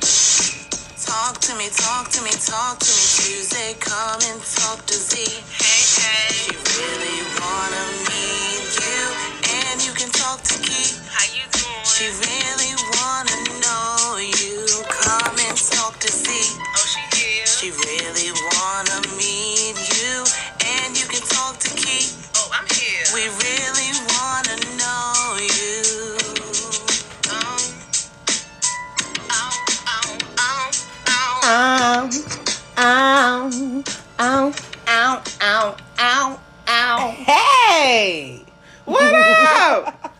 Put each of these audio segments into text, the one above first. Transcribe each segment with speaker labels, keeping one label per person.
Speaker 1: Talk to me, talk to me, talk to me. Tuesday, come and talk to Z. Hey, hey. She really wanna meet you, and you can talk to Key. How you doing? She really wanna know you. Come and talk to Z. Oh, she here. She really wanna meet you, and you can talk to Key. Oh, I'm here. We really wanna know you. Um. Ow, ow, ow, ow, ow, ow, ow.
Speaker 2: Hey, what up?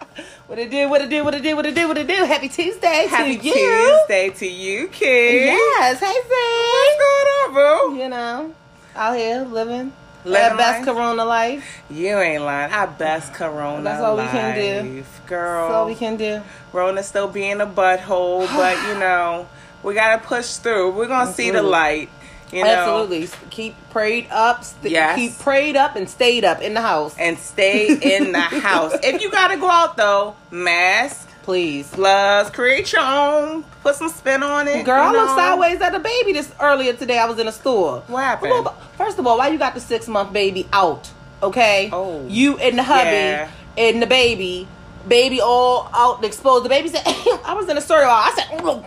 Speaker 2: what it do? What it do? What it do? What it do? What it do? Happy Tuesday
Speaker 3: Happy
Speaker 2: to you.
Speaker 3: Tuesday to you, kid.
Speaker 2: Yes, hey Z.
Speaker 3: What's going on, boo?
Speaker 2: You know, out here living
Speaker 3: Living
Speaker 2: that best
Speaker 3: life.
Speaker 2: Corona life.
Speaker 3: You ain't lying. I best Corona.
Speaker 2: That's all we can do.
Speaker 3: life,
Speaker 2: That's all
Speaker 3: girl.
Speaker 2: we can do.
Speaker 3: Rona still being a butthole, but you know we gotta push through. We're gonna see the
Speaker 2: Absolutely.
Speaker 3: light. You know,
Speaker 2: Absolutely. Keep prayed up. St-
Speaker 3: Yes.
Speaker 2: Keep prayed up and stayed up in the house,
Speaker 3: And stay in the house. If you gotta go out though, mask,
Speaker 2: please.
Speaker 3: gloves, create your own. Put some spin on it.
Speaker 2: Girl, I
Speaker 3: you
Speaker 2: looked
Speaker 3: know.
Speaker 2: sideways at the baby this earlier today. I was in a store.
Speaker 3: What happened?
Speaker 2: First of all, why you got the six month baby out? Okay.
Speaker 3: Oh.
Speaker 2: You and the hubby
Speaker 3: Yeah.
Speaker 2: and the baby, baby all out and exposed. The baby said, "I was in a store." I said, "Ugh."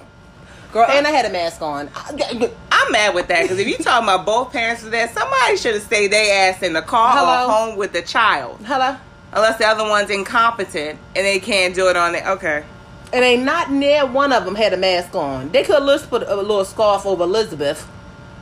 Speaker 2: "Girl," and I had a mask on.
Speaker 3: I'm mad with that because if you talking about both parents with that, somebody should have stayed their ass in the car
Speaker 2: Hello?
Speaker 3: or home with the child.
Speaker 2: Hello.
Speaker 3: Unless the other one's incompetent and they can't do it on their okay.
Speaker 2: And ain't not near one of them had a mask on. They could have just put a little scarf over Elizabeth.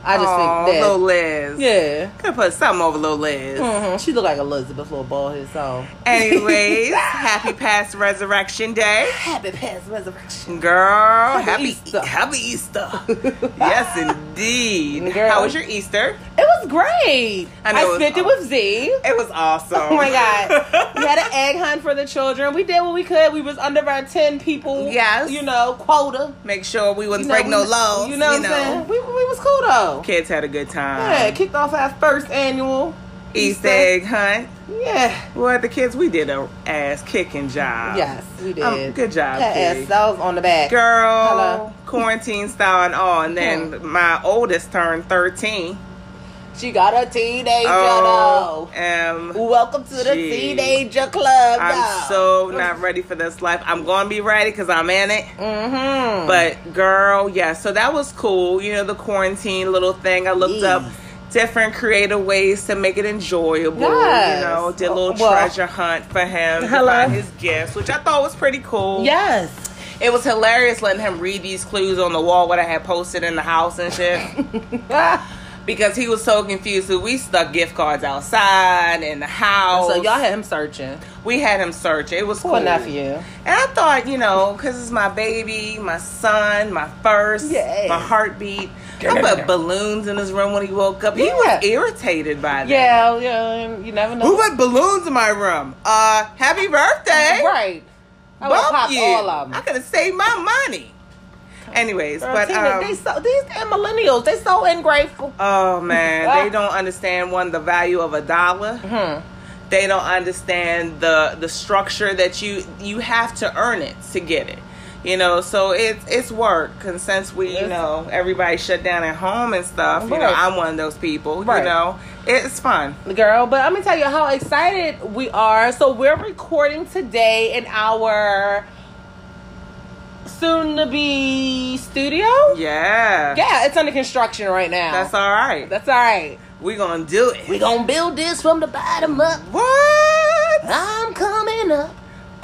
Speaker 2: I just
Speaker 3: Aw,
Speaker 2: think that.
Speaker 3: little Liz.
Speaker 2: yeah.
Speaker 3: Could have put something over little Liz.
Speaker 2: hmm She looked like Elizabeth, little bald head. So
Speaker 3: Anyways, happy past Resurrection Day.
Speaker 2: happy past resurrection.
Speaker 3: Girl, happy
Speaker 2: Easter.
Speaker 3: Happy Easter. yes, indeed.
Speaker 2: Girl.
Speaker 3: How was your Easter?
Speaker 2: It was great.
Speaker 3: I know
Speaker 2: I,
Speaker 3: it was
Speaker 2: spent it with Z.
Speaker 3: It was awesome.
Speaker 2: Oh my god. we had an egg hunt for the children. We did what we could. We was under our ten people.
Speaker 3: Yes.
Speaker 2: You know, quota.
Speaker 3: Make sure we
Speaker 2: You
Speaker 3: wouldn't
Speaker 2: know,
Speaker 3: break
Speaker 2: we-
Speaker 3: no laws.
Speaker 2: You know what I'm saying? We, we was cool though.
Speaker 3: Kids had a good time.
Speaker 2: Yeah, kicked off our first annual
Speaker 3: Easter egg hunt.
Speaker 2: Yeah.
Speaker 3: Well, the kids, we did a ass kicking job.
Speaker 2: Yes, we did.
Speaker 3: Um, good job,
Speaker 2: That ass
Speaker 3: kid.
Speaker 2: that was on the back.
Speaker 3: Girl,
Speaker 2: Hello.
Speaker 3: quarantine style and all. And then my oldest turned 13.
Speaker 2: She got a teenager
Speaker 3: Oh,
Speaker 2: though.
Speaker 3: um,
Speaker 2: Welcome to the
Speaker 3: Jeez.
Speaker 2: teenager club.
Speaker 3: I'm so not ready for this life. I'm going to be ready because I'm in it.
Speaker 2: Mm-hmm.
Speaker 3: But girl, yeah, so that was cool. You know, the quarantine little thing. I looked
Speaker 2: Yes.
Speaker 3: up different creative ways to make it enjoyable.
Speaker 2: Yes.
Speaker 3: You know, did a little
Speaker 2: Well-
Speaker 3: treasure hunt for him,
Speaker 2: Hello.
Speaker 3: to find his gifts, which I thought was pretty cool.
Speaker 2: yes.
Speaker 3: It was hilarious letting him read these clues on the wall what I had posted in the house and shit. because he was so confused. So we stuck gift cards outside in the house.
Speaker 2: So y'all had him searching.
Speaker 3: we had him search. It was
Speaker 2: Poor
Speaker 3: cool.
Speaker 2: nephew.
Speaker 3: And I thought, you know, because it's my baby, my son, my first,
Speaker 2: Yes.
Speaker 3: my heartbeat. I put balloons in his room when he woke up. He
Speaker 2: Yeah.
Speaker 3: was irritated by that.
Speaker 2: Yeah, yeah. You never know.
Speaker 3: Who put balloons in my room? Uh, happy birthday.
Speaker 2: Right. I would
Speaker 3: Bump
Speaker 2: pop
Speaker 3: you.
Speaker 2: all of them.
Speaker 3: I could have saved my money. Anyways, but um,
Speaker 2: they so these damn millennials, they so ungrateful.
Speaker 3: Oh man, they don't understand one the value of a
Speaker 2: Uh-huh.
Speaker 3: dollar.
Speaker 2: Hmm.
Speaker 3: They don't understand the the structure that you you have to earn it to get it. You know, so it's it's work. And since we, you
Speaker 2: It's-
Speaker 3: know, everybody shut down at home and stuff, you know,
Speaker 2: Right.
Speaker 3: I'm one of those people.
Speaker 2: Right.
Speaker 3: You know, it's fun.
Speaker 2: Girl, but I'm gonna tell you how excited we are. So we're recording today in our soon to be studio.
Speaker 3: Yeah,
Speaker 2: Yeah, it's under construction right now.
Speaker 3: that's all right.
Speaker 2: That's all right.
Speaker 3: we gonna do it.
Speaker 2: We gonna build this from the bottom up.
Speaker 3: what?
Speaker 2: I'm coming up.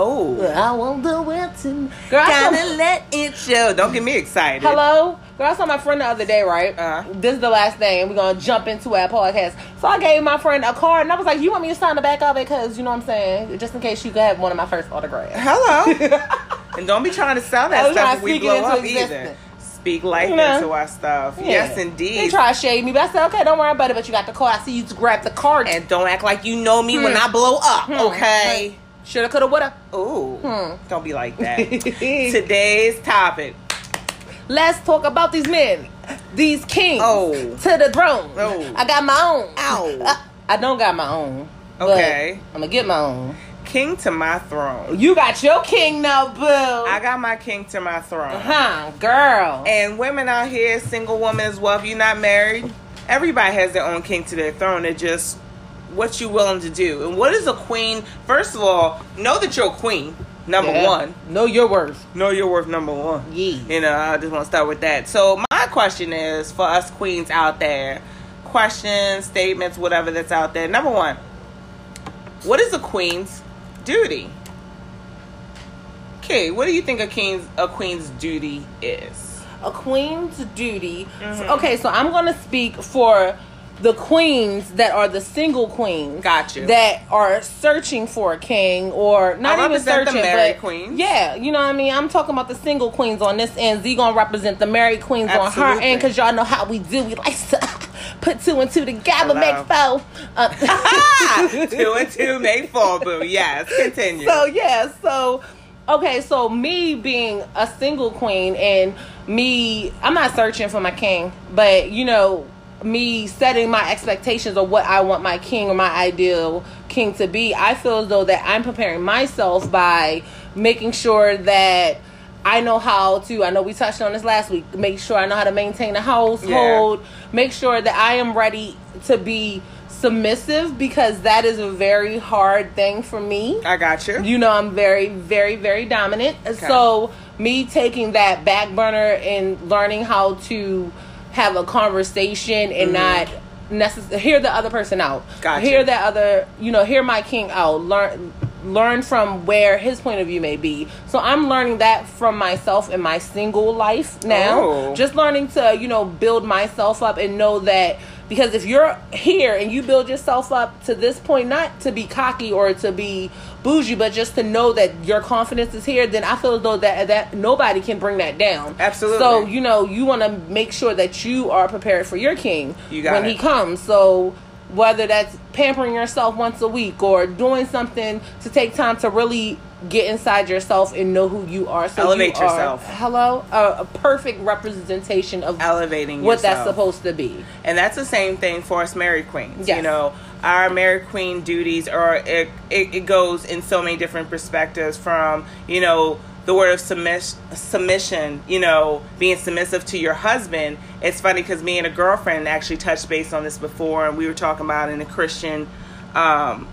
Speaker 3: Oh,
Speaker 2: I won't do it to Girl, I saw-
Speaker 3: gotta let it show. Don't get me excited.
Speaker 2: Hello? Girl, I saw my friend the other day, right?
Speaker 3: Uh-huh.
Speaker 2: This is the last thing, and we're going to jump into our podcast. So I gave my friend a card, and I was like, You want me to sign the back of it? Because, you know what I'm saying? Just in case you could have one of my first autographs.
Speaker 3: Hello. and don't be trying to sell
Speaker 2: I
Speaker 3: that
Speaker 2: was trying
Speaker 3: stuff
Speaker 2: to
Speaker 3: if we
Speaker 2: speak it
Speaker 3: blow
Speaker 2: into
Speaker 3: up
Speaker 2: existence.
Speaker 3: either. Speak life
Speaker 2: You know?
Speaker 3: into our stuff. Yes,
Speaker 2: They
Speaker 3: indeed.
Speaker 2: try to shade me, but I said, Okay, don't worry about it, but you got the card. I see you grabbed the card.
Speaker 3: And don't act like you know me when I blow up,
Speaker 2: Hmm.
Speaker 3: okay?
Speaker 2: Should have, could have, would have.
Speaker 3: Ooh, don't be like that.
Speaker 2: Hmm.
Speaker 3: Today's topic.
Speaker 2: Let's talk about these men, these kings
Speaker 3: Oh.
Speaker 2: to the throne.
Speaker 3: Oh.
Speaker 2: I got my own. Uh,
Speaker 3: Ow.
Speaker 2: I, I don't got my own. but
Speaker 3: Okay.
Speaker 2: I'm going to get my own.
Speaker 3: king to my throne.
Speaker 2: You got your king now, boo.
Speaker 3: I got my king to my throne.
Speaker 2: huh, Uh-huh, girl.
Speaker 3: And women out here, single women as well, if you're not married, everybody has their own king to their throne. It's just what you willing to do. And what is a queen? First of all, know that you're a queen, number
Speaker 2: Yeah.
Speaker 3: one.
Speaker 2: Know your worth.
Speaker 3: Know your worth, number one.
Speaker 2: Yeah.
Speaker 3: You know, I just want to start with that. So, my question is for us queens out there questions, statements, whatever that's out there. Number one, what is a queen's duty? Okay, what do you think a king's a queen's duty is?
Speaker 2: a queen's duty.
Speaker 3: Mm-hmm.
Speaker 2: Okay, so I'm gonna speak for the queens that are the single queens.
Speaker 3: Got you.
Speaker 2: That are searching for a king or not
Speaker 3: I
Speaker 2: even
Speaker 3: represent the
Speaker 2: searching,
Speaker 3: married
Speaker 2: but
Speaker 3: queens.
Speaker 2: yeah, you know what I mean. I'm talking about the single queens on this end. Z gonna represent the married queens on her
Speaker 3: Absolutely.
Speaker 2: end because y'all know how we do. We like to put two and two together,
Speaker 3: Hello.
Speaker 2: make four. Uh,
Speaker 3: two and two make four, boo. Yes, continue.
Speaker 2: so yeah so okay so me being a single queen and me i'm not searching for my king but you know me setting my expectations of what i want my king or my ideal king to be i feel as though that i'm preparing myself by making sure that I know how to. I know we touched on this last week. Make sure I know how to maintain a household. Make sure that I am ready to be submissive because that is a very hard thing for me.
Speaker 3: I got you.
Speaker 2: You know, I'm very, very, very dominant. So, me taking that back burner and learning how to have a conversation and not necess- hear the other person out.
Speaker 3: Gotcha.
Speaker 2: Hear that other, you know, hear my king out. Learn learn from where his point of view may be. So I'm learning that from myself in my single life now.
Speaker 3: Oh.
Speaker 2: Just learning to, you know, build myself up and know that because if you're here and you build yourself up to this point, not to be cocky or to be bougie, but just to know that your confidence is here, then I feel as though that that nobody can bring that down.
Speaker 3: Absolutely.
Speaker 2: So you know you want to make sure that you are prepared for your king
Speaker 3: You got
Speaker 2: when
Speaker 3: it.
Speaker 2: he comes. So whether that's pampering yourself once a week or doing something to take time to really get inside yourself and know who you are. So
Speaker 3: Elevate
Speaker 2: you are-
Speaker 3: yourself.
Speaker 2: hello, a, a perfect representation of
Speaker 3: Elevating
Speaker 2: what that's
Speaker 3: yourself.
Speaker 2: supposed to be.
Speaker 3: and that's the same thing for us married queens
Speaker 2: Yes.
Speaker 3: you know our married queen duties are it, it, it goes in so many different perspectives from you know the word of submiss- submission you know being submissive to your husband it's funny because me and a girlfriend actually touched base on this before and we were talking about in the christian um,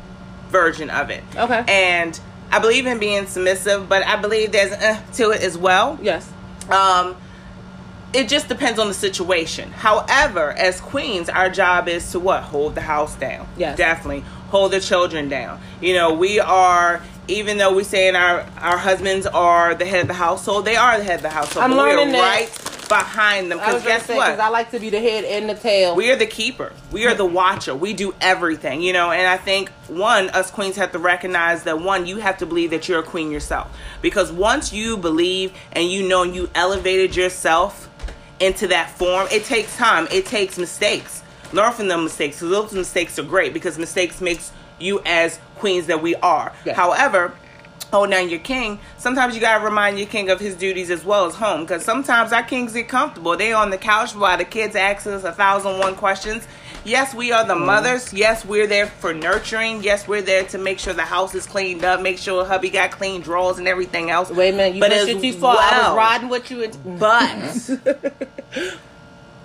Speaker 3: version of it
Speaker 2: Okay.
Speaker 3: and i believe in being submissive but i believe there's an uh, to it as well
Speaker 2: Yes.
Speaker 3: um, it just depends on the situation. However, as queens, our job is to what? Hold the house down.
Speaker 2: Yes.
Speaker 3: Definitely. Hold the children down. You know, we are, even though we saying our, our husbands are the head of the household, they are the head of the household.
Speaker 2: I'm
Speaker 3: but we are
Speaker 2: learning that.
Speaker 3: right behind them.
Speaker 2: I was
Speaker 3: Because
Speaker 2: gonna
Speaker 3: guess
Speaker 2: say
Speaker 3: what?
Speaker 2: because I like to be the head and the tail.
Speaker 3: we are the keeper. We are the watcher. We do everything, you know. And I think one, us queens have to recognize that one, you have to believe that you're a queen yourself. Because once you believe and you know you elevated yourself into that form, it takes time. It takes mistakes. Learn from them mistakes. 'cause those mistakes are great because mistakes makes you as queens that we are.
Speaker 2: Yes.
Speaker 3: However, hold down your Oh, king. Sometimes you gotta remind your king of his duties as well as home, because sometimes our kings get comfortable. They on the couch while the kids ask us a thousand one questions. Yes, we are the
Speaker 2: Mm-hmm.
Speaker 3: mothers. Yes, we're there for nurturing. Yes, we're there to make sure the house is cleaned up, make sure hubby got clean drawers and everything else.
Speaker 2: Wait a minute, you
Speaker 3: But
Speaker 2: pushed
Speaker 3: as
Speaker 2: it too far. I
Speaker 3: well-
Speaker 2: was riding with you. And-
Speaker 3: But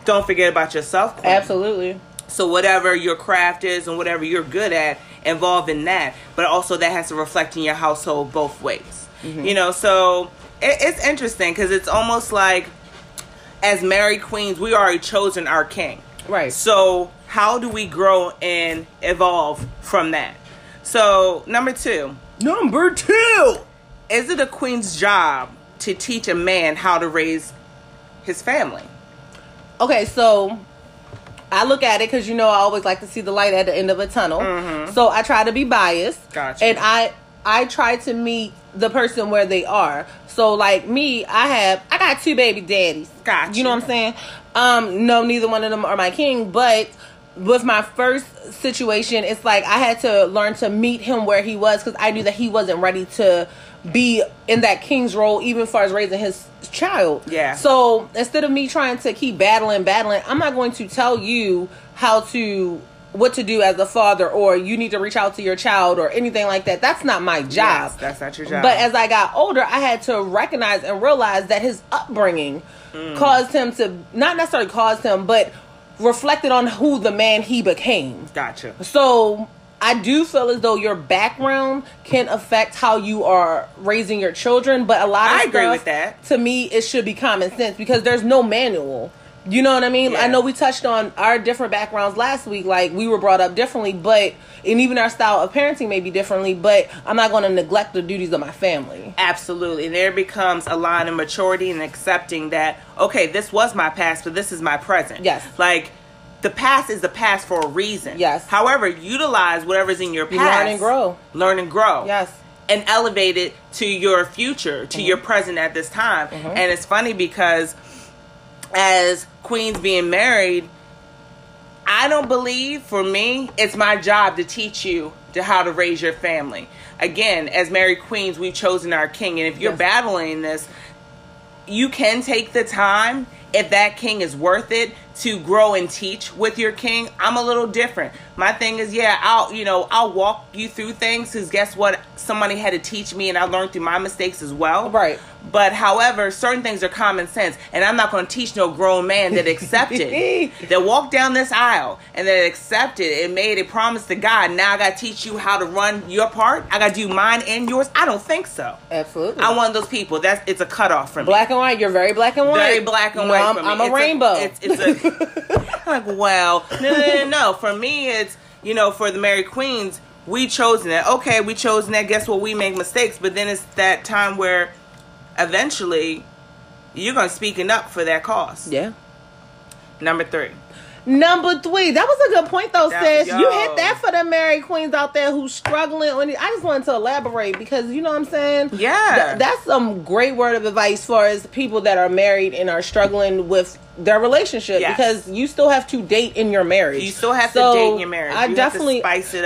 Speaker 3: don't forget about yourself. Queen.
Speaker 2: Absolutely.
Speaker 3: So whatever your craft is and whatever you're good at, involve in that. But also that has to reflect in your household both ways.
Speaker 2: Mm-hmm.
Speaker 3: You know, so it, it's interesting because it's almost like as married queens, we already chosen our king.
Speaker 2: Right.
Speaker 3: So how do we grow and evolve from that? So number two,
Speaker 2: Number two.
Speaker 3: is it a queen's job to teach a man how to raise his family?
Speaker 2: okay, so I look at it because you know I always like to see the light at the end of a tunnel. So I try to be biased,
Speaker 3: Gotcha.
Speaker 2: and I I try to meet the person where they are. So like me, I have I got two baby daddies.
Speaker 3: Gotcha.
Speaker 2: You know what I'm saying? Um, no, neither one of them are my king, but with my first situation, it's like I had to learn to meet him where he was because I knew that he wasn't ready to be in that king's role, even far as raising his child.
Speaker 3: Yeah.
Speaker 2: So so instead of me trying to keep battling, battling, I'm not going to tell you how to what to do as a father or you need to reach out to your child or anything like that. That's not my job.
Speaker 3: Yes, that's not your job.
Speaker 2: But as I got older, I had to recognize and realize that his upbringing
Speaker 3: Mm.
Speaker 2: caused him to not necessarily caused him, but reflected on who the man he became.
Speaker 3: gotcha.
Speaker 2: So I do feel as though your background can affect how you are raising your children, but a lot of
Speaker 3: I agree
Speaker 2: stuff,
Speaker 3: with that.
Speaker 2: To me, it should be common sense because there's no manual. You know what I mean?
Speaker 3: Yeah.
Speaker 2: I know we touched on our different backgrounds last week, like we were brought up differently, but and even our style of parenting may be differently, but I'm not gonna neglect the duties of my family.
Speaker 3: Absolutely. And there becomes a line of maturity and accepting that, okay, this was my past, but this is my present.
Speaker 2: Yes.
Speaker 3: Like, the past is the past for a reason.
Speaker 2: Yes.
Speaker 3: However, utilize whatever's in your
Speaker 2: You
Speaker 3: past.
Speaker 2: learn and grow.
Speaker 3: Learn and grow.
Speaker 2: Yes. Mm-hmm.
Speaker 3: And elevate it to your future, to your present at this time. And it's funny because as queens being married, I don't believe for me, it's my job to teach you to how to raise your family. Again, as married queens, we've chosen our king. And if you're
Speaker 2: Yes.
Speaker 3: battling this, you can take the time, if that king is worth it, to grow and teach with your king. I'm a little different. My thing is, yeah, I'll, you know, I'll walk you through things because guess what? Somebody had to teach me and I learned through my mistakes as well.
Speaker 2: Right.
Speaker 3: But however, certain things are common sense, and I'm not going to teach no grown man that accepted that walked down this aisle and that accepted and made a promise to God. Now I got to teach you how to run your part. I got to do mine and yours. I don't think so.
Speaker 2: Absolutely.
Speaker 3: I'm one of those people. That's it's a cutoff for me.
Speaker 2: black and white, you're very black and white.
Speaker 3: Very black and
Speaker 2: No,
Speaker 3: white.
Speaker 2: I'm,
Speaker 3: for me.
Speaker 2: I'm a
Speaker 3: It's
Speaker 2: rainbow.
Speaker 3: it's, it's a, I'm like, well, no, no, no, no. For me, it's you know, for the Mary Queens, we chosen that. Okay, we chosen that. Guess what? We make mistakes, but then it's that time where eventually you're gonna speaking up for that cause.
Speaker 2: yeah.
Speaker 3: Number three.
Speaker 2: Number three. That was a good point though,
Speaker 3: That-
Speaker 2: sis. You
Speaker 3: yo.
Speaker 2: hit that for the married queens out there who's struggling on it. I just wanted to elaborate because you know what I'm saying?
Speaker 3: Yeah.
Speaker 2: Th- that's some great word of advice for as people that are married and are struggling with their relationship
Speaker 3: Yes.
Speaker 2: because you still have to date in your marriage.
Speaker 3: You still have
Speaker 2: So,
Speaker 3: to date in your marriage.
Speaker 2: I
Speaker 3: you
Speaker 2: definitely
Speaker 3: have to spice it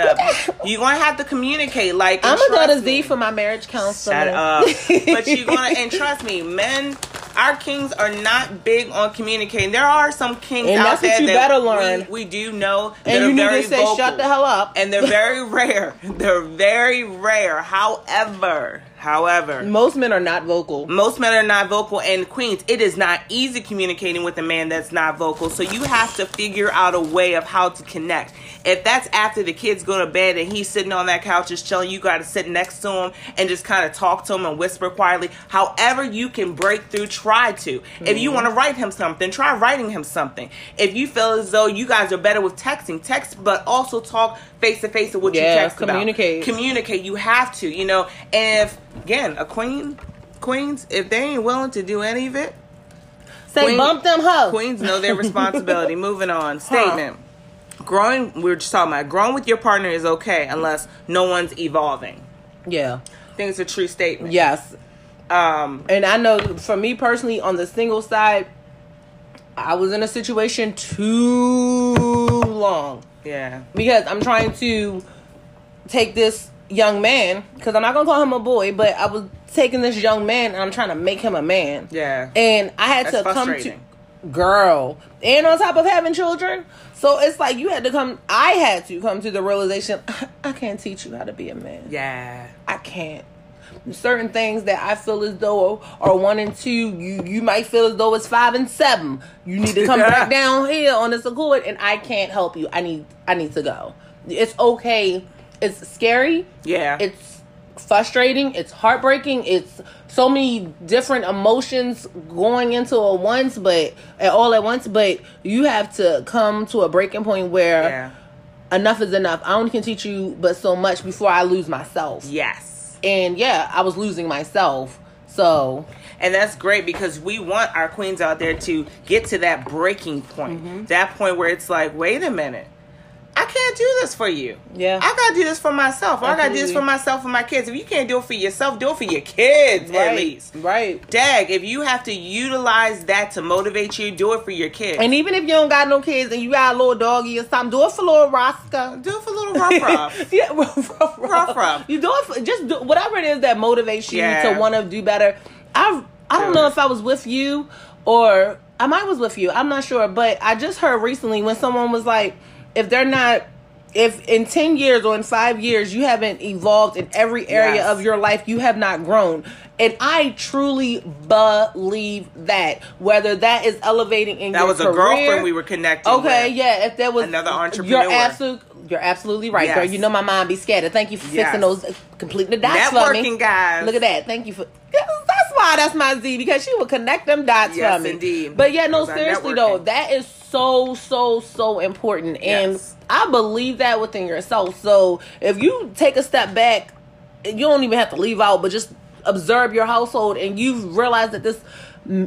Speaker 3: up. You're gonna have to communicate. Like
Speaker 2: I'm
Speaker 3: and
Speaker 2: a go to
Speaker 3: trust
Speaker 2: Z
Speaker 3: me.
Speaker 2: for my marriage counselor.
Speaker 3: Shut up. but you're gonna and trust me, men. Our kings are not big on communicating. There are some kings
Speaker 2: And
Speaker 3: out
Speaker 2: that's what
Speaker 3: there
Speaker 2: you
Speaker 3: that
Speaker 2: better learn.
Speaker 3: We, we do know that
Speaker 2: and
Speaker 3: are
Speaker 2: you need
Speaker 3: very
Speaker 2: to say
Speaker 3: vocal.
Speaker 2: shut the hell up.
Speaker 3: And they're very rare. They're very rare. However, however,
Speaker 2: most men are not vocal.
Speaker 3: most men are not vocal, and queens, it is not easy communicating with a man that's not vocal. So you have to figure out a way of how to connect. If that's after the kids go to bed and he's sitting on that couch just chilling, you got to sit next to him and just kind of talk to him and whisper quietly. However, you can break through, try to. If you want to write him something, try writing him something. If you feel as though you guys are better with texting, text, but also talk face to face with what
Speaker 2: Yeah,
Speaker 3: you text about.
Speaker 2: communicate.
Speaker 3: Communicate. You have to, you know. And if again, a queen, queens, if they ain't willing to do any of it,
Speaker 2: Say
Speaker 3: Queen-
Speaker 2: bump them hoes.
Speaker 3: queens know their responsibility. Moving on. Statement. Growing. We were just talking about growing with your partner is okay unless no one's evolving.
Speaker 2: Yeah.
Speaker 3: I think it's a true statement.
Speaker 2: Yes.
Speaker 3: Um.
Speaker 2: and I know for me personally on the single side, I was in a situation too long
Speaker 3: Yeah.
Speaker 2: because I'm trying to take this young man because I'm not gonna call him a boy, but I was taking this young man and I'm trying to make him a man.
Speaker 3: Yeah.
Speaker 2: and I had
Speaker 3: That's
Speaker 2: to come to
Speaker 3: frustrating.
Speaker 2: girl, and on top of having children, so it's like you had to come. I had to come to the realization I can't teach you how to be a man.
Speaker 3: yeah.
Speaker 2: I can't. Certain things that I feel as though are one and two, you you might feel as though it's five and seven. You need to come back down here on this accord, and I can't help you. I need I need to go. It's okay. It's scary.
Speaker 3: Yeah.
Speaker 2: It's frustrating. It's heartbreaking. It's so many different emotions going into a once, but at all at once. But you have to come to a breaking point where
Speaker 3: yeah.
Speaker 2: enough is enough. I only can teach you but so much before I lose myself.
Speaker 3: Yes.
Speaker 2: And yeah, I was losing myself. So
Speaker 3: And that's great because we want our queens out there to get to that breaking point.
Speaker 2: Mm-hmm.
Speaker 3: That point where it's like, wait a minute. I can't do this for you.
Speaker 2: Yeah.
Speaker 3: I gotta do this for myself. I gotta do this
Speaker 2: Absolutely.
Speaker 3: for myself and my kids. If you can't do it for yourself, do it for your kids at least.
Speaker 2: right.
Speaker 3: Dag, if you have to utilize that to motivate you, do it for your kids.
Speaker 2: And even if you don't got no kids and you got a little doggy or something, do it for little Roscoe.
Speaker 3: do it for little rough rough.
Speaker 2: yeah, rough, rough,
Speaker 3: Rough, rough.
Speaker 2: You do it for, just do, whatever it is that motivates you
Speaker 3: Yeah.
Speaker 2: to want to do better. I I don't
Speaker 3: Do
Speaker 2: know
Speaker 3: it.
Speaker 2: if I was with you or I might was with you. I'm not sure, but I just heard recently when someone was like, if they're not if in 10 years or in 5 years you haven't evolved in every area
Speaker 3: Yes.
Speaker 2: of your life you have not grown and i truly believe that whether that is elevating in
Speaker 3: That
Speaker 2: your
Speaker 3: was a
Speaker 2: career-
Speaker 3: girlfriend we were connected
Speaker 2: okay
Speaker 3: with.
Speaker 2: yeah if there was
Speaker 3: Another
Speaker 2: you're
Speaker 3: entrepreneur.
Speaker 2: absolute you're absolutely right girl
Speaker 3: Yes.
Speaker 2: you know my mind be scattered thank you for
Speaker 3: Yes.
Speaker 2: fixing those completing the dots for me
Speaker 3: Networking, guys.
Speaker 2: look at that thank you for that's why that's my z because she will connect them dots
Speaker 3: Yes,
Speaker 2: for me
Speaker 3: indeed.
Speaker 2: but yeah no
Speaker 3: Because I'm
Speaker 2: seriously though
Speaker 3: networking.
Speaker 2: that is so so so important and
Speaker 3: Yes.
Speaker 2: i believe that within yourself so if you take a step back you don't even have to leave out but just observe your household and you realize that this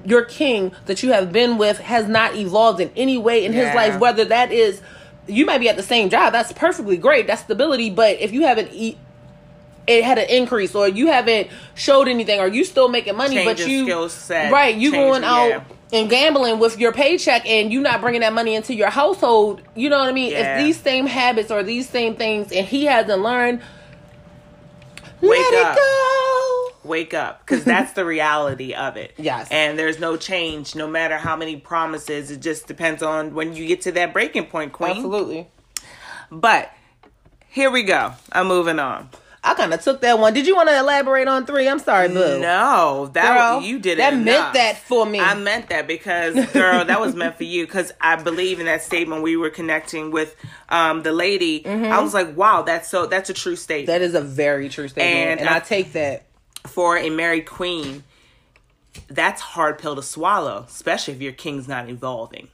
Speaker 2: your king that you have been with has not evolved in any way in his
Speaker 3: Yeah.
Speaker 2: life whether that is you might be at the same job that's perfectly great that's stability but if you haven't e- it had an increase or you haven't showed anything or you still making money but
Speaker 3: Changing
Speaker 2: you
Speaker 3: skill set,
Speaker 2: right you
Speaker 3: changing-
Speaker 2: going out
Speaker 3: yeah.
Speaker 2: and gambling with your paycheck and you not bringing that money into your household you know what i mean
Speaker 3: Yeah.
Speaker 2: if these same habits or these same things and he hasn't learned
Speaker 3: Wake
Speaker 2: let
Speaker 3: up.
Speaker 2: it go
Speaker 3: wake up because that's the reality of it
Speaker 2: Yes.
Speaker 3: and there's no change no matter how many promises it just depends on when you get to that breaking point queen
Speaker 2: absolutely
Speaker 3: but here we go i'm moving on
Speaker 2: i kind of took that one did you want to elaborate on three i'm sorry boo
Speaker 3: no that
Speaker 2: Girl,
Speaker 3: you did it
Speaker 2: that meant
Speaker 3: enough.
Speaker 2: that for me
Speaker 3: I meant that because, girl, that was meant for you. Because I believe in that statement we were connecting with um, the lady.
Speaker 2: Mm-hmm.
Speaker 3: I was like, wow, that's so that's a true statement.
Speaker 2: that is a very true statement and,
Speaker 3: And
Speaker 2: I,
Speaker 3: I-
Speaker 2: take that
Speaker 3: for a married queen, that's hard pill to swallow, especially if your king's not evolving.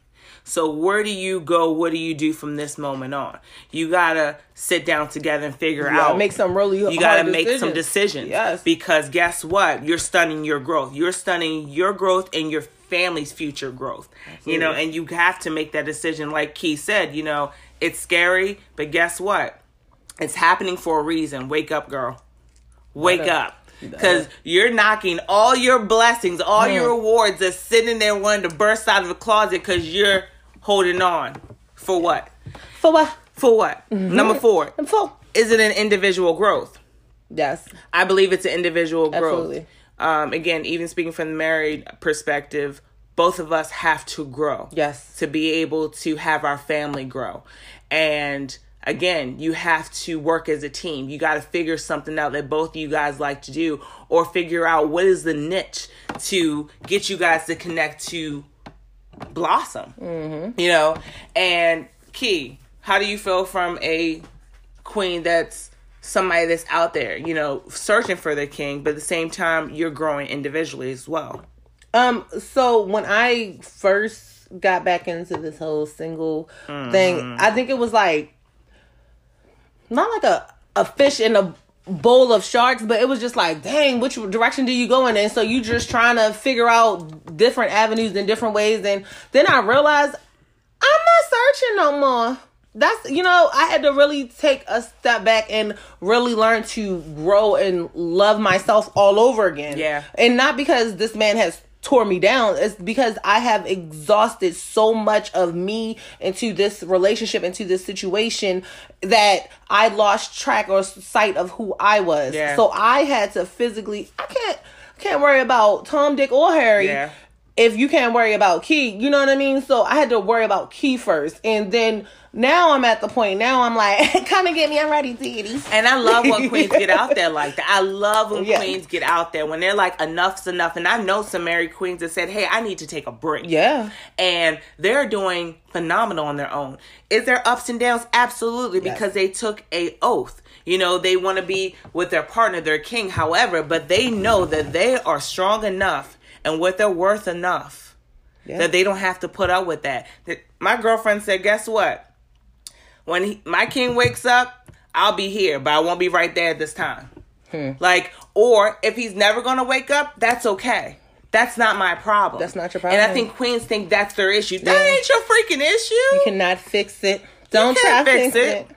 Speaker 3: So where do you go? What do you do from this moment on? You gotta sit down together and figure
Speaker 2: You gotta
Speaker 3: out.
Speaker 2: make some really
Speaker 3: you gotta
Speaker 2: hard
Speaker 3: make some decisions.
Speaker 2: Yes.
Speaker 3: Because guess what? You're stunning your growth. You're stunning your growth and your family's future growth. You know, and you have to make that decision. Like Key said, you know, it's scary, but guess what? It's happening for a reason. Wake up, girl. Wake up. Because you're knocking all your blessings, all your rewards that's sitting there wanting to burst out of the closet because you're holding on. For what?
Speaker 2: for what
Speaker 3: For what?
Speaker 2: Mm-hmm.
Speaker 3: Number four.
Speaker 2: for
Speaker 3: Is it an individual growth?
Speaker 2: yes
Speaker 3: I believe it's an individual growth.
Speaker 2: Absolutely.
Speaker 3: Um, again, even speaking from the married perspective, both of us have to grow.
Speaker 2: Yes.
Speaker 3: To be able to have our family grow. And again, you have to work as a team. You got to figure something out that both you guys like to do or figure out what is the niche to get you guys to connect to blossom. You know? And Key, how do you feel from a queen that's somebody that's out there, you know, searching for their king, but at the same time, you're growing individually as well.
Speaker 2: Um, so when I first got back into this whole single thing, I think it was like not like a a fish in a bowl of sharks, but it was just like, dang, which direction do you go in? And so you just trying to figure out different avenues and different ways. And then I realized I'm not searching no more. That's you know, I had to really take a step back and really learn to grow and love myself all over again.
Speaker 3: Yeah.
Speaker 2: And not because this man has tore me down, it's because I have exhausted so much of me into this relationship, into this situation that I lost track or sight of who I was.
Speaker 3: Yeah.
Speaker 2: So I had to physically I can't can't worry about Tom, Dick, or Harry
Speaker 3: Yeah.
Speaker 2: if you can't worry about Key, you know what I mean? So I had to worry about Key first. And then now I'm at the point, now I'm like, come and get me, I'm ready, deity.
Speaker 3: And I love when queens get out there like that. I love when
Speaker 2: Yeah.
Speaker 3: queens get out there when they're like, enough's enough. And I know some married queens that said, hey, I need to take a break.
Speaker 2: Yeah.
Speaker 3: and they're doing phenomenal on their own. Is there ups and downs? Absolutely,
Speaker 2: Yes.
Speaker 3: because they took a oath. You know, they want to be with their partner, their king, however, but they know that they are strong enough and what they're worth enough
Speaker 2: Yeah.
Speaker 3: that they don't have to put up with that. That- My girlfriend said, "Guess what? When he, my king wakes up, I'll be here, but I won't be right there at this time."
Speaker 2: Hmm.
Speaker 3: Like, or if he's never gonna wake up, that's okay. That's not my problem.
Speaker 2: That's not your
Speaker 3: And I
Speaker 2: problem.
Speaker 3: think queens think that's their issue.
Speaker 2: Yeah.
Speaker 3: That ain't your freaking issue.
Speaker 2: Cannot fix it. Don't
Speaker 3: can't
Speaker 2: try
Speaker 3: fix
Speaker 2: fix it.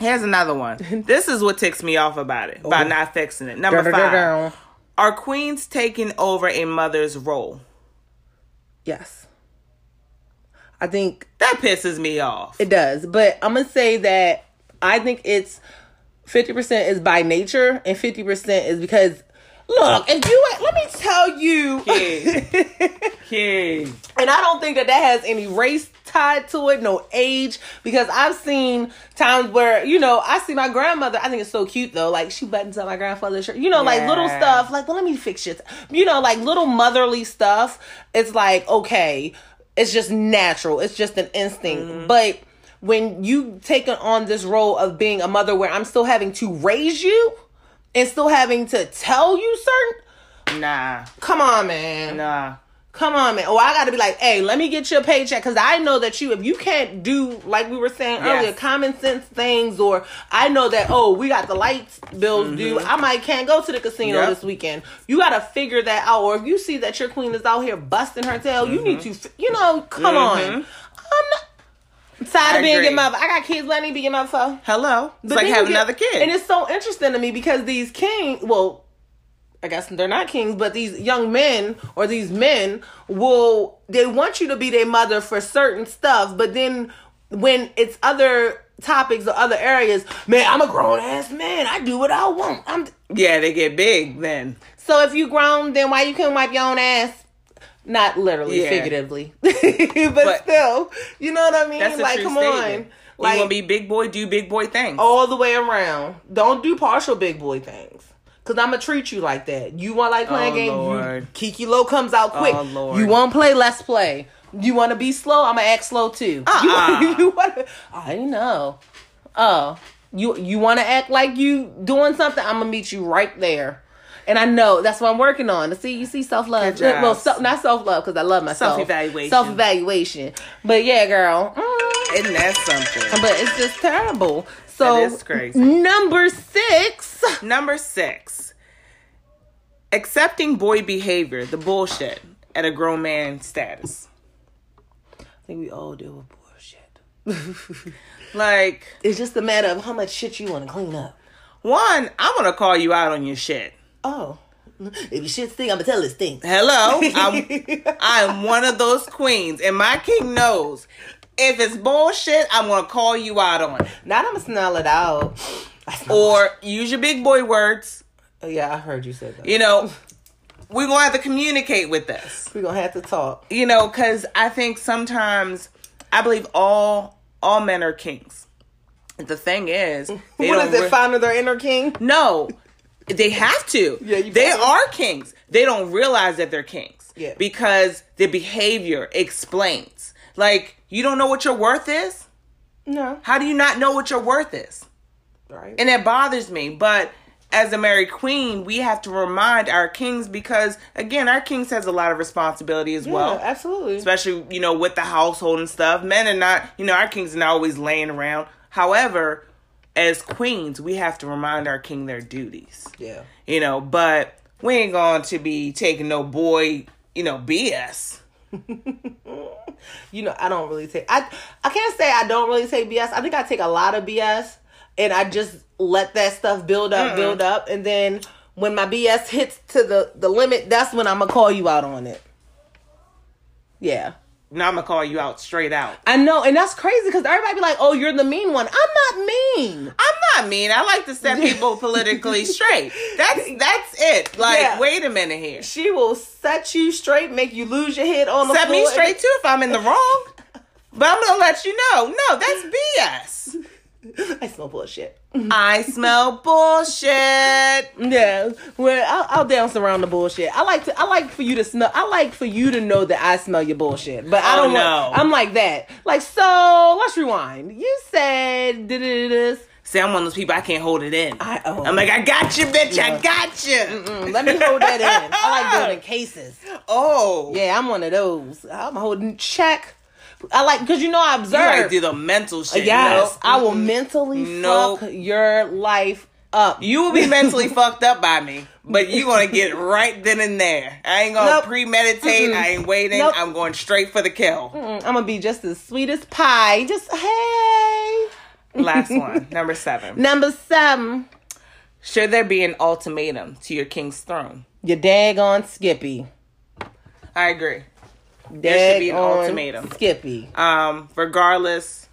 Speaker 3: Here's another one. this is what ticks me off about it by not fixing it. Number five.
Speaker 2: Dun-dun-dun-dun.
Speaker 3: Are queens taking over a mother's role?
Speaker 2: Yes. I think
Speaker 3: That pisses me off.
Speaker 2: It does, but I'm gonna say that I think it's fifty percent is by nature and fifty percent is because look, if you let me tell you,
Speaker 3: Yeah. Key.
Speaker 2: And I don't think that that has any race tied to it, no age, because I've seen times where, you know, I see my grandmother. I think it's so cute though. Like she buttons up my grandfather's shirt, you know, like little
Speaker 3: Yeah.
Speaker 2: stuff, like, well, let me fix your, t-" you know, like little motherly stuff. It's like, okay, it's just natural, it's just an instinct. But when you taking on this role of being a mother where I'm still having to raise you and still having to tell you certain,
Speaker 3: Nah.
Speaker 2: come on, man.
Speaker 3: Nah.
Speaker 2: Come on, man. Or I gotta be like, hey, let me get your paycheck because I know that you, if you can't do like we were saying
Speaker 3: Yes.
Speaker 2: earlier, common sense things, or I know that oh, we got the lights bills due. I might can't go to the casino
Speaker 3: Mm-hmm. Yep.
Speaker 2: this weekend. You gotta figure that out. Or if you see that your queen is out here busting her tail, you
Speaker 3: Mm-hmm.
Speaker 2: need to, f- you know, come on. I'm not tired
Speaker 3: I
Speaker 2: of being your
Speaker 3: agree.
Speaker 2: mother. I got kids. Let me be your mother for.
Speaker 3: Hello. It's
Speaker 2: But
Speaker 3: like
Speaker 2: then you
Speaker 3: having
Speaker 2: get-
Speaker 3: another kid.
Speaker 2: And it's so interesting to me because these king, well, I guess they're not kings, but these young men or these men will they want you to be their mother for certain stuff, but then when it's other topics or other areas, man, I'm a grown ass man. I do what I want. I'm
Speaker 3: yeah, they get big then.
Speaker 2: so if you grown, then why you couldn't wipe your own ass? Not literally,
Speaker 3: Yeah.
Speaker 2: figuratively, but, still, you know what I mean.
Speaker 3: That's a
Speaker 2: like,
Speaker 3: true
Speaker 2: come
Speaker 3: statement.
Speaker 2: on, Oh.
Speaker 3: you want to be big boy, do big boy things.
Speaker 2: all the way around. Don't do partial big boy things. Cause I'ma treat you like that. You want like playing
Speaker 3: Oh,
Speaker 2: games. You,
Speaker 3: Lord.
Speaker 2: Kiki Low comes out quick.
Speaker 3: Oh, Lord.
Speaker 2: You want to play? Let's play. You want to be slow? I'ma act slow too.
Speaker 3: Uh-uh.
Speaker 2: You, you want to? I know. Oh, you you want to act like you doing something? I'ma meet you right there. And I know that's what I'm working on. To see you see self love.
Speaker 3: Good job.
Speaker 2: Well, self, not self love because I love myself.
Speaker 3: Self-evaluation.
Speaker 2: Self evaluation. But yeah, girl. Mm.
Speaker 3: Isn't that something?
Speaker 2: But it's just terrible. So
Speaker 3: It is crazy.
Speaker 2: Number six.
Speaker 3: Number six, accepting boy behavior, the bullshit at a grown man status.
Speaker 2: I think we all deal with bullshit.
Speaker 3: Like,
Speaker 2: It's just a matter of how much shit you want to clean up.
Speaker 3: one, I'm gonna call you out on your shit.
Speaker 2: Oh, if your shit stink, I'ma tell it stinks.
Speaker 3: Hello, I'm, I'm one of those queens, and my king knows. If it's bullshit, I'm gonna call you out on it.
Speaker 2: Not I'ma smell it out. I smell-
Speaker 3: Or use your big boy words.
Speaker 2: Oh, yeah, I heard you say that.
Speaker 3: You know, we're gonna have to communicate with this.
Speaker 2: We're gonna have to talk.
Speaker 3: you know because i think sometimes i believe all all men are kings the thing is they
Speaker 2: what
Speaker 3: don't
Speaker 2: is it?
Speaker 3: re-
Speaker 2: Finding their inner king.
Speaker 3: no they have to
Speaker 2: Yeah, you
Speaker 3: they
Speaker 2: better.
Speaker 3: are kings they don't realize that they're kings
Speaker 2: Yeah.
Speaker 3: because the behavior explains like you don't know what your worth is
Speaker 2: No.
Speaker 3: how do you not know what your worth is
Speaker 2: Right.
Speaker 3: and that bothers me but as a married queen we have to remind our kings because again our kings has a lot of responsibility as well
Speaker 2: yeah, absolutely.
Speaker 3: especially you know with the household and stuff. Men are not, you know, our kings are not always laying around. However, as queens, we have to remind our king their duties.
Speaker 2: yeah.
Speaker 3: You know, but we ain't going to be taking no boy, you know, BS.
Speaker 2: you know, I don't really take I I can't say I don't really take BS. I think I take a lot of BS and I just let that stuff build up, build up, and then when my BS hits to the the limit, that's when I'm gonna call you out on it. Yeah.
Speaker 3: Now I'm gonna call you out straight out.
Speaker 2: I know, and that's crazy because everybody be like, "Oh, you're the mean one." I'm not mean.
Speaker 3: I'm not mean. I like to set people politically straight. That's that's it. Like,
Speaker 2: Yeah.
Speaker 3: wait a minute here.
Speaker 2: She will set you straight, make you lose your head on the
Speaker 3: Set
Speaker 2: floor.
Speaker 3: me straight too if I'm in the wrong. But I'm gonna let you know. No, that's BS.
Speaker 2: I smell bullshit.
Speaker 3: I smell bullshit.
Speaker 2: Yeah, well, I'll, I'll dance around the bullshit. I like to, I like for you to smell. I like for you to know that I smell your bullshit, but I
Speaker 3: Oh,
Speaker 2: don't know.
Speaker 3: no.
Speaker 2: I'm like that. Like, so let's rewind. You said da da this.
Speaker 3: See, I'm one of those people I can't hold it in.
Speaker 2: I oh,
Speaker 3: I'm like, I got you, bitch.
Speaker 2: Yeah.
Speaker 3: I got you.
Speaker 2: mm, let me hold that in. I like doing it in cases.
Speaker 3: Oh,
Speaker 2: Yeah, I'm one of those. I'm holding check. I like because you know I
Speaker 3: You like
Speaker 2: observe.
Speaker 3: do the mental shit.
Speaker 2: yes,
Speaker 3: no?
Speaker 2: I will mentally
Speaker 3: Nope.
Speaker 2: fuck your life up.
Speaker 3: You will be mentally fucked up by me, but you gonna get right then and there. I ain't gonna
Speaker 2: Nope.
Speaker 3: premeditate. I ain't waiting.
Speaker 2: Nope.
Speaker 3: I'm going straight for the kill.
Speaker 2: I'm gonna Mm, be just as sweet as pie. Just hey.
Speaker 3: Last one, number seven.
Speaker 2: Number seven.
Speaker 3: Should there be an ultimatum to your king's throne?
Speaker 2: Your daggone Skippy.
Speaker 3: I agree.
Speaker 2: There
Speaker 3: should be an ultimatum.
Speaker 2: Skippy.
Speaker 3: Um, regardless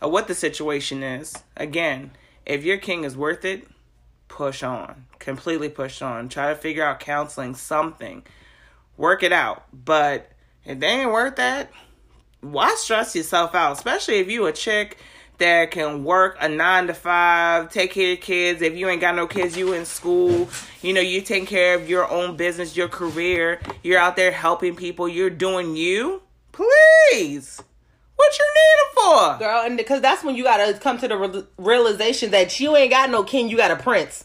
Speaker 3: of what the situation is, again, if your king is worth it, push on. Completely push on. Try to figure out counseling, something. Work it out. But If they ain't worth that, why stress yourself out? Especially if you a chick that can work a nine to five, take care of kids. If you ain't got no kids, you in school. You know, you taking care of your own business, your career. You're out there helping people. You're doing you. Please. What you need them for?
Speaker 2: girl, and because that's when you gotta come to the real- realization that you ain't got no king, you got a prince.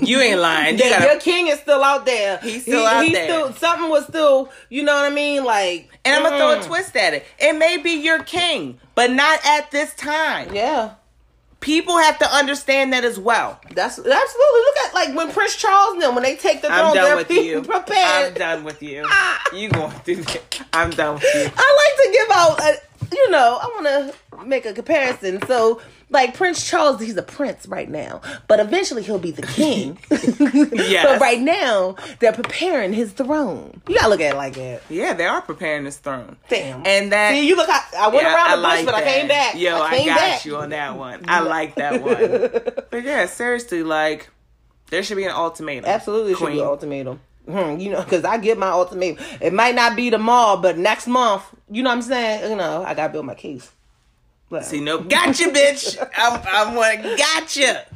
Speaker 3: You ain't lying. You
Speaker 2: Yeah,
Speaker 3: gotta-
Speaker 2: your king is still out there.
Speaker 3: He's still out there.
Speaker 2: something was still, you know what I mean? Like,
Speaker 3: and I'm gonna throw a
Speaker 2: mm,
Speaker 3: twist at it. It may be your king, but not at this time.
Speaker 2: Yeah,
Speaker 3: People have to understand that as well.
Speaker 2: that's absolutely. Look at like when Prince Charles and them when they take the throne,
Speaker 3: I'm
Speaker 2: they're
Speaker 3: done with you.
Speaker 2: prepared.
Speaker 3: I'm done with you. You going through that. I'm done with you.
Speaker 2: I like to give out, a, you know, I want to make a comparison. So, like Prince Charles, he's a prince right now, but eventually he'll be the king. But right now, they're preparing his throne. You gotta look at it like that.
Speaker 3: Yeah, they are preparing this throne.
Speaker 2: Damn.
Speaker 3: And that
Speaker 2: See, you look. I, I went
Speaker 3: Yeah,
Speaker 2: around the bush,
Speaker 3: like
Speaker 2: but I
Speaker 3: that.
Speaker 2: came back.
Speaker 3: Yo, I,
Speaker 2: came
Speaker 3: got
Speaker 2: back.
Speaker 3: you on that one. I like that one. but yeah, seriously, like there should be an ultimatum.
Speaker 2: Absolutely, it should be
Speaker 3: Queen.
Speaker 2: an ultimatum. Hmm, you know, because I give my ultimatum. It might not be tomorrow, but next month. You know what I'm saying? You know, I gotta build my case. But,
Speaker 3: See, nope. Gotcha, bitch. I'm I'm like, gotcha.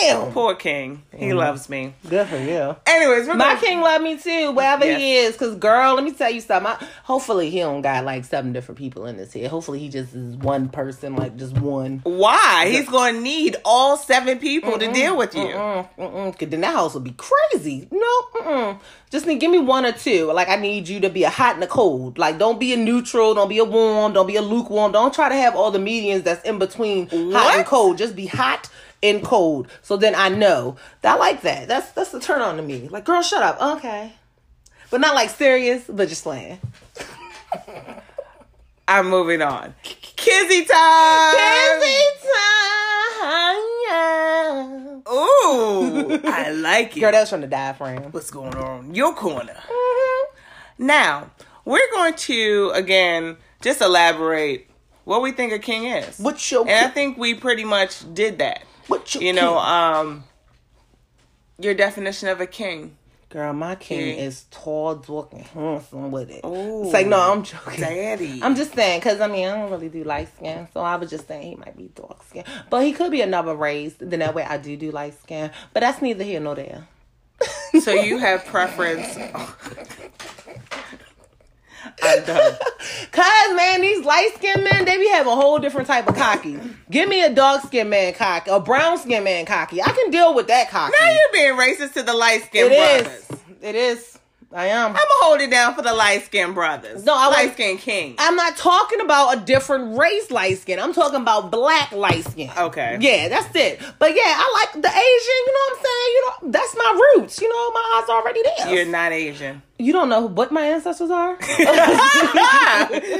Speaker 2: damn,
Speaker 3: Poor King. He loves me.
Speaker 2: good for you.
Speaker 3: Anyways, we're
Speaker 2: My
Speaker 3: gonna-
Speaker 2: king love me too, wherever he
Speaker 3: Yes.
Speaker 2: is. Cause girl, let me tell you something. I, hopefully he don't got like seven different people in his head. Hopefully he just is one person, like just one.
Speaker 3: Why? He's gonna need all seven people to deal with you.
Speaker 2: Mm, mm-mm, Cause then that house would be crazy. No, mm-mm. just need give me one or two. Like I need you to be a hot and a cold. Like don't be a neutral, don't be a warm, don't be a lukewarm. Don't try to have all the medians that's in between hot and
Speaker 3: What?
Speaker 2: cold. Just be hot and cold. So then I know. I like that. That's that's the turn on to me. Like girl, shut up. Okay, but not like serious, but just playing.
Speaker 3: I'm moving on. Kizzy time.
Speaker 2: Um, time.
Speaker 3: Ooh, I like it.
Speaker 2: Girl, that was from the diaphragm.
Speaker 3: what's going on in your corner.
Speaker 2: Mm-hmm.
Speaker 3: Now, we're going to again just elaborate what we think a king is.
Speaker 2: What your
Speaker 3: and I think we pretty much did that.
Speaker 2: what your
Speaker 3: You know,
Speaker 2: king?
Speaker 3: um your definition of a king.
Speaker 2: Girl, my king
Speaker 3: Yeah.
Speaker 2: is tall, talking, handsome with it.
Speaker 3: Ooh.
Speaker 2: It's like, no, I'm joking.
Speaker 3: Daddy.
Speaker 2: I'm just saying, because I mean, I don't really do light skin, so I was just saying he might be dark skin. But he could be another race, then that way I do do light skin. But that's neither here nor there.
Speaker 3: so you have preference. I'm done.
Speaker 2: Cause man, these light skinned men, they be having a whole different type of cocky. Give me a dark skinned man cocky, a brown skinned man cocky. I can deal with that cocky.
Speaker 3: Now you're being racist to the light skinned
Speaker 2: It is.
Speaker 3: brothers.
Speaker 2: It is. I am.
Speaker 3: I'm gonna hold it down for the light skinned brothers.
Speaker 2: No, I
Speaker 3: light
Speaker 2: want-
Speaker 3: skinned king.
Speaker 2: I'm not talking about a different race light skin. I'm talking about black light skin.
Speaker 3: Okay.
Speaker 2: Yeah, that's it. But yeah, I like the Asian, you know what I'm saying? You know, that's my roots. You know, my eyes already there.
Speaker 3: You're not Asian.
Speaker 2: You don't know what my ancestors are?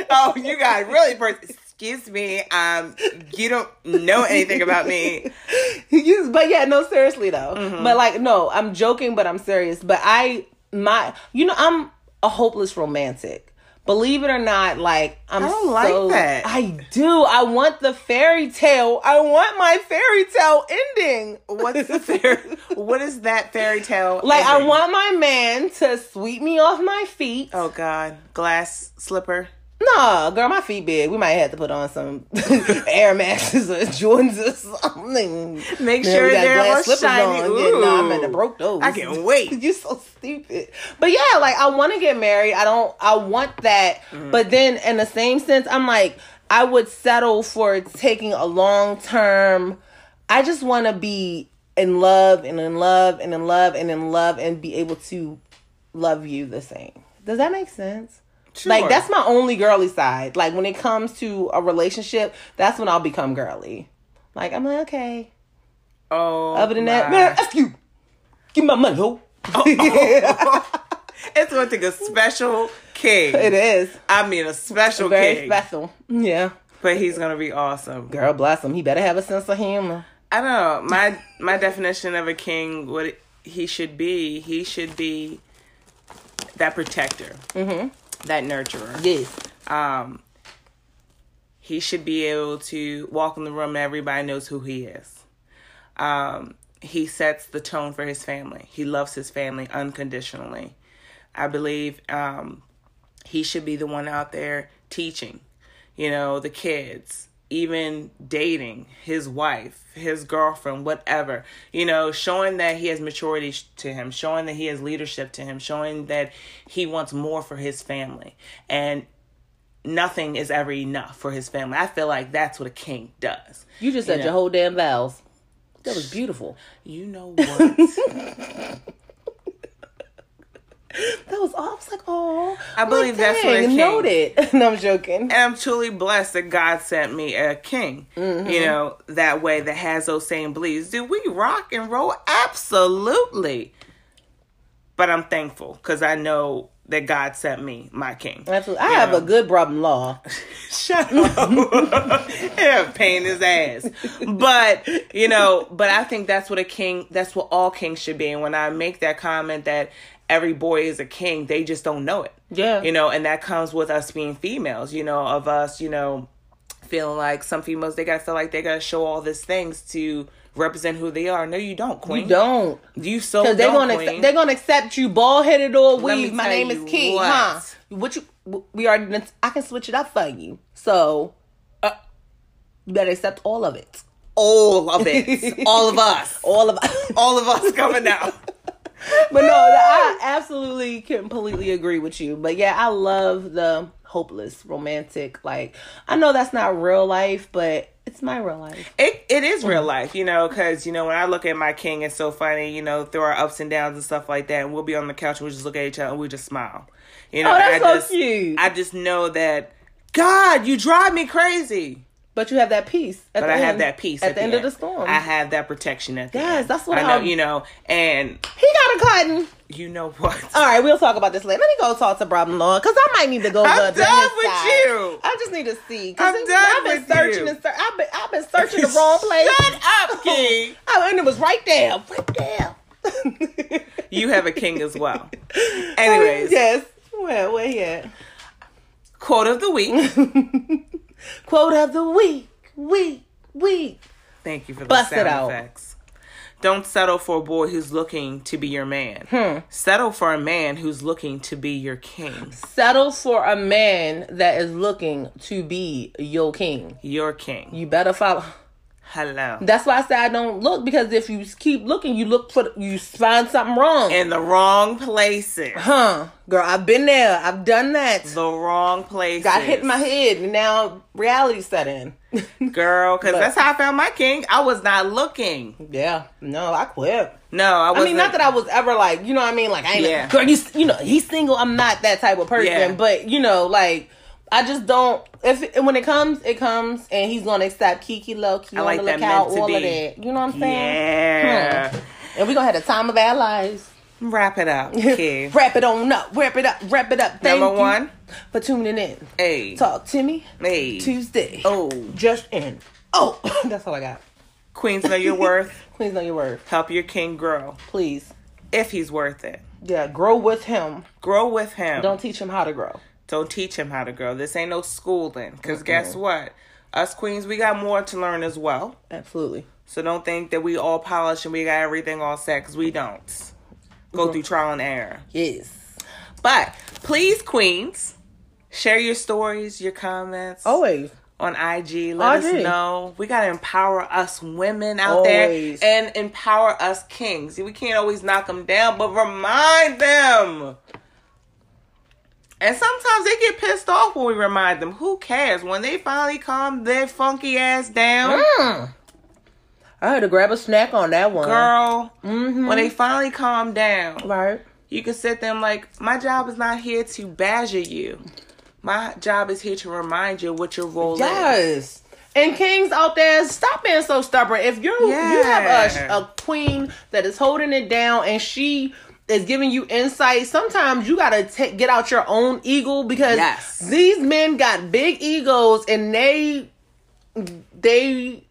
Speaker 3: oh, you got really pers- Excuse me. Um, you don't know anything about me.
Speaker 2: You- but yeah, no, seriously though.
Speaker 3: Mm-hmm.
Speaker 2: But like, no, I'm joking, but I'm serious. But I, my, you know, I'm a hopeless romantic. Believe it or not, like I'm
Speaker 3: I don't like
Speaker 2: so-
Speaker 3: that.
Speaker 2: I do. I want the fairy tale. I want my fairy tale ending.
Speaker 3: What's the fairy? What is that fairy tale?
Speaker 2: Like I
Speaker 3: ending?
Speaker 2: want my man to sweep me off my feet.
Speaker 3: Oh God, glass slipper.
Speaker 2: No, girl, my feet big. We might have to put on some Air Maxes or Jordans or something.
Speaker 3: Make
Speaker 2: Man,
Speaker 3: sure
Speaker 2: we got
Speaker 3: they're
Speaker 2: glass
Speaker 3: all
Speaker 2: slippers
Speaker 3: shiny.
Speaker 2: on. Yeah, no,
Speaker 3: Ooh.
Speaker 2: I'm gonna broke those.
Speaker 3: I can't wait.
Speaker 2: You're so stupid. But yeah, like I want to get married. I don't. I want that.
Speaker 3: Mm-hmm.
Speaker 2: But then, in the same sense, I'm like, I would settle for taking a long term. I just want to be in love and in love and in love and in love and be able to love you the same. Does that make sense? Like
Speaker 3: Sure.
Speaker 2: that's my only girly side. Like when it comes to a relationship, that's when I'll become girly. Like I'm like okay.
Speaker 3: Oh,
Speaker 2: Other than that,
Speaker 3: my.
Speaker 2: man, f you. Give me my money, ho.
Speaker 3: it's going to take a special king.
Speaker 2: It is
Speaker 3: I mean, a special
Speaker 2: very
Speaker 3: king.
Speaker 2: special. Yeah,
Speaker 3: But he's gonna be awesome.
Speaker 2: girl, bless him. He better have a sense of humor.
Speaker 3: I don't know. My my definition of a king, what he should be, he should be that protector, mm-hmm. that nurturer.
Speaker 2: Yes,
Speaker 3: um, he should be able to walk in the room and everybody knows who he is. Um, he sets the tone for his family. He loves his family unconditionally. I believe um, he should be the one out there teaching, you know, the kids, even dating his wife, his girlfriend, whatever, you know, showing that he has maturity sh- to him, showing that he has leadership to him, showing that he wants more for his family. And nothing is ever enough for his family. I feel like that's what a king does.
Speaker 2: You just said
Speaker 3: know.
Speaker 2: your whole damn vows. That was beautiful.
Speaker 3: You know what?
Speaker 2: That was all. I was like, oh,
Speaker 3: I believe that's what it
Speaker 2: noted. no, I'm joking.
Speaker 3: and I'm truly blessed that God sent me a king, you know, that way that has those same beliefs. Do we rock and roll? Absolutely. But I'm thankful because I know that God sent me my king.
Speaker 2: Absolutely. I have a good brother-in-law.
Speaker 3: Shut up. yeah, pain in his ass. But, you know, but I think that's what a king, that's what all kings should be. And when I make that comment that every boy is a king, they just don't know it.
Speaker 2: Yeah.
Speaker 3: You know, and that comes with us being females, you know, of us, you know, feeling like some females, they got to feel like they got to show all these things to represent who they are. No, you don't, queen.
Speaker 2: You don't.
Speaker 3: You so
Speaker 2: Cause they're
Speaker 3: don't,
Speaker 2: gonna
Speaker 3: queen.
Speaker 2: accept, they're gonna accept you bald headed or
Speaker 3: me
Speaker 2: weave. My
Speaker 3: tell
Speaker 2: name
Speaker 3: you
Speaker 2: is King,
Speaker 3: what.
Speaker 2: huh? What you? We already. done- I can switch it up for you. So, uh, you better accept all of it.
Speaker 3: all of it. all of us.
Speaker 2: All of.
Speaker 3: All of us coming out.
Speaker 2: but no, I absolutely completely agree with you. But yeah, I love the hopeless romantic. Like I know that's not real life, but it's my real life.
Speaker 3: it, it is real life, you know, because, you know, when I look at my king, it's so funny, you know, through our ups and downs and stuff like that. And we'll be on the couch and we'll just look at each other and we just smile. You know,
Speaker 2: Oh,
Speaker 3: and
Speaker 2: that's
Speaker 3: I
Speaker 2: so
Speaker 3: just,
Speaker 2: cute.
Speaker 3: I just know that, God, you drive me crazy.
Speaker 2: But you have that peace. At
Speaker 3: But
Speaker 2: the
Speaker 3: I have
Speaker 2: end-
Speaker 3: that peace
Speaker 2: at, the end, of the storm.
Speaker 3: I have that protection at the
Speaker 2: Yes,
Speaker 3: end.
Speaker 2: that's what
Speaker 3: I know,
Speaker 2: I-
Speaker 3: you know, and
Speaker 2: he got a cotton.
Speaker 3: you know what?
Speaker 2: All right, we'll talk about this later. Let me go talk to Robin Law because I might need to go.
Speaker 3: I'm
Speaker 2: look at
Speaker 3: done
Speaker 2: his
Speaker 3: with
Speaker 2: side.
Speaker 3: you.
Speaker 2: I just need to see. 'cause
Speaker 3: I'm
Speaker 2: it-
Speaker 3: done
Speaker 2: I've been
Speaker 3: with
Speaker 2: searching
Speaker 3: you.
Speaker 2: and searching. I've been I've been searching the wrong place.
Speaker 3: Shut up, king.
Speaker 2: Oh, and it was right there, right there.
Speaker 3: you have a king as well. Anyways,
Speaker 2: yes. Well, where he at?
Speaker 3: quote of the week.
Speaker 2: Quote of the week, week, week.
Speaker 3: Thank you for the
Speaker 2: Bust it
Speaker 3: sound
Speaker 2: out.
Speaker 3: effects. Don't settle for a boy who's looking to be your man.
Speaker 2: Hmm.
Speaker 3: Settle for a man who's looking to be your king.
Speaker 2: Settle for a man that is looking to be your king.
Speaker 3: Your king.
Speaker 2: You better follow.
Speaker 3: Hello.
Speaker 2: That's why I say I don't look because if you keep looking, you look for you find something wrong.
Speaker 3: In the wrong places.
Speaker 2: huh, girl? I've been there. I've done that.
Speaker 3: The wrong places.
Speaker 2: Got hit in my head, and now reality set in.
Speaker 3: girl, because
Speaker 2: But-
Speaker 3: that's how I found my king. I was not looking.
Speaker 2: yeah, no, I quit.
Speaker 3: No, I
Speaker 2: I
Speaker 3: wasn't.
Speaker 2: mean, not that I was ever like, you know what I mean? Like, I ain't,
Speaker 3: Yeah.
Speaker 2: yeah. girl, you, you know, he's single. I'm not that type of person.
Speaker 3: Yeah.
Speaker 2: But, you know, like, I just don't, if when it comes, it comes, and he's going to accept Kiki low key
Speaker 3: I like
Speaker 2: on the
Speaker 3: that
Speaker 2: lookout,
Speaker 3: meant to
Speaker 2: all of
Speaker 3: be.
Speaker 2: that. You know what I'm saying?
Speaker 3: Yeah.
Speaker 2: And we're going to have the time of our lives.
Speaker 3: Wrap it up, kid.
Speaker 2: Wrap it on up, wrap it up, wrap it up. Thank
Speaker 3: Number
Speaker 2: you
Speaker 3: one,
Speaker 2: for tuning in.
Speaker 3: hey,
Speaker 2: Talk to me
Speaker 3: hey,
Speaker 2: Tuesday.
Speaker 3: oh,
Speaker 2: Just in. Oh, that's all I got.
Speaker 3: queens know your worth.
Speaker 2: Please know your word.
Speaker 3: Help your king grow
Speaker 2: Please.
Speaker 3: if he's worth it.
Speaker 2: Yeah, grow with him.
Speaker 3: Grow with him.
Speaker 2: Don't teach him how to grow.
Speaker 3: Don't teach him how to grow. This ain't no schooling. Because guess what? Us queens, we got more to learn as well.
Speaker 2: Absolutely.
Speaker 3: So don't think that we all polished and we got everything all set because we don't. Go through trial and error.
Speaker 2: Yes.
Speaker 3: But please, queens, share your stories, your comments
Speaker 2: Always.
Speaker 3: on IG. Let
Speaker 2: IG.
Speaker 3: us know. We got to empower us women out
Speaker 2: Always.
Speaker 3: there and empower us kings. We can't always knock them down, but remind them. And sometimes they get pissed off when we remind them. Who cares? When they finally calm their funky ass down,
Speaker 2: Hmm. I had to grab a snack on that one.
Speaker 3: girl,
Speaker 2: Mm-hmm.
Speaker 3: when they finally calm down,
Speaker 2: Right.
Speaker 3: you can sit there and like, my job is not here to badger you. My job is here to remind you what your role is.
Speaker 2: Yes. And kings out there, stop being so stubborn. If you are you have
Speaker 3: Yeah.
Speaker 2: a, a queen that is holding it down and she is giving you insight, sometimes you gotta ta get out your own eagle because
Speaker 3: Yes.
Speaker 2: these men got big egos and they they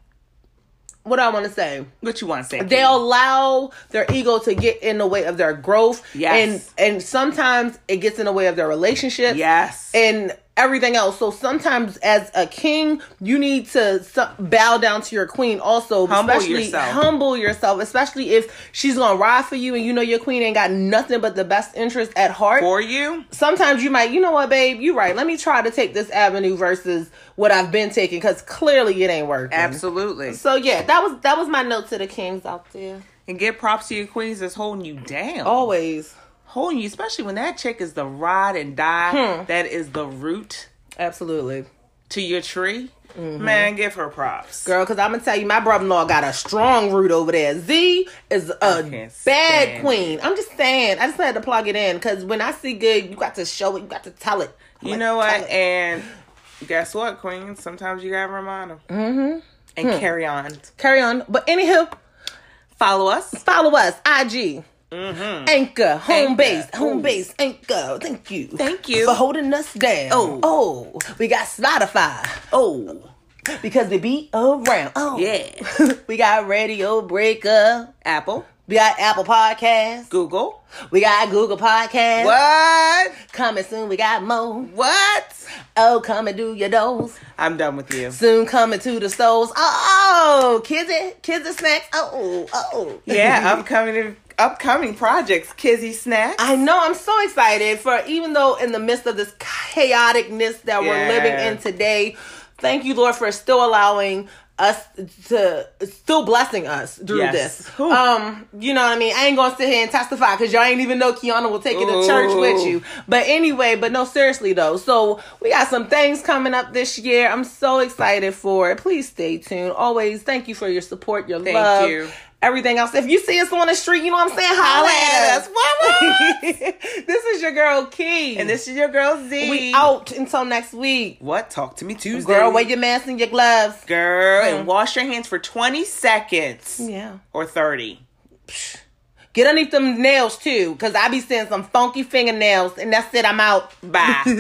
Speaker 2: what do I want to say?
Speaker 3: What you want to say?
Speaker 2: they allow their ego to get in the way of their growth
Speaker 3: Yes.
Speaker 2: and and sometimes it gets in the way of their relationships
Speaker 3: yes.
Speaker 2: and everything else. So sometimes, as a king, you need to su- bow down to your queen. Also,
Speaker 3: Humble
Speaker 2: especially
Speaker 3: yourself.
Speaker 2: humble yourself, especially if she's gonna ride for you and you know your queen ain't got nothing but the best interest at heart
Speaker 3: for you.
Speaker 2: sometimes you might, you know what, babe, you right. Let me try to take this avenue versus what I've been taking because clearly it ain't working.
Speaker 3: Absolutely.
Speaker 2: So yeah, that was that was my note to the kings out there.
Speaker 3: And give props to your queens that's holding you down.
Speaker 2: Oh. Always,
Speaker 3: Holding you, especially when that chick is the rod and
Speaker 2: Hmm.
Speaker 3: die that is the root
Speaker 2: absolutely,
Speaker 3: to your tree. Man, give her props.
Speaker 2: Mm-hmm. girl. Because I'm gonna tell you, my brother-in-law got a strong root over there. Z is a bad
Speaker 3: can't stand
Speaker 2: queen. I'm just saying. I just had to plug it in because when I see good, you got to show it. You got to tell it. I'm
Speaker 3: You
Speaker 2: like,
Speaker 3: know what?
Speaker 2: tell it.
Speaker 3: And guess what, queen? Sometimes you gotta remind them. Mm-hmm. And
Speaker 2: Hmm.
Speaker 3: carry on.
Speaker 2: Carry on. But anywho,
Speaker 3: Follow us.
Speaker 2: follow us. IG. Anchor, home
Speaker 3: Mm-hmm. Anchor.
Speaker 2: base, home
Speaker 3: Ooh.
Speaker 2: base, anchor. Thank you.
Speaker 3: Thank you.
Speaker 2: For holding us down.
Speaker 3: Oh.
Speaker 2: Oh. We got Spotify.
Speaker 3: Oh,
Speaker 2: Because we be around. Oh.
Speaker 3: yeah.
Speaker 2: we got Radio Breaker.
Speaker 3: Apple,
Speaker 2: We got Apple Podcasts.
Speaker 3: Google.
Speaker 2: We got Google Podcasts.
Speaker 3: What?
Speaker 2: Coming soon, we got more.
Speaker 3: What?
Speaker 2: Oh, come and do your dose.
Speaker 3: I'm done with you.
Speaker 2: Soon coming to the stores. Oh, oh, kids it, kids it snacks. Oh, oh.
Speaker 3: Yeah, upcoming upcoming projects, Kizzy Snack.
Speaker 2: I know. I'm so excited for even though in the midst of this chaoticness that we're
Speaker 3: Yeah.
Speaker 2: living in today, thank you, Lord, for still allowing us to still blessing us through
Speaker 3: Yes.
Speaker 2: this.
Speaker 3: Whew.
Speaker 2: Um, you know what I mean? I ain't gonna sit here and testify because y'all ain't even know Kiana will take you to church with
Speaker 3: Ooh.
Speaker 2: you. But anyway, but no, seriously though. So we got some things coming up this year. I'm so excited for it. Please stay tuned. Always thank you for your support, your
Speaker 3: Thank
Speaker 2: love.
Speaker 3: you.
Speaker 2: Everything else. If you see us on the street, you know what I'm saying? Holla at us. this is your girl Key.
Speaker 3: and this is your girl Z.
Speaker 2: we out until next week.
Speaker 3: What? Talk to me Tuesday.
Speaker 2: Girl, wear your mask and your gloves.
Speaker 3: Girl, and wash your hands for 20 seconds
Speaker 2: Yeah.
Speaker 3: or 30.
Speaker 2: Get underneath them nails too, cause I be seeing some funky fingernails, and that's it. I'm out.
Speaker 3: Bye.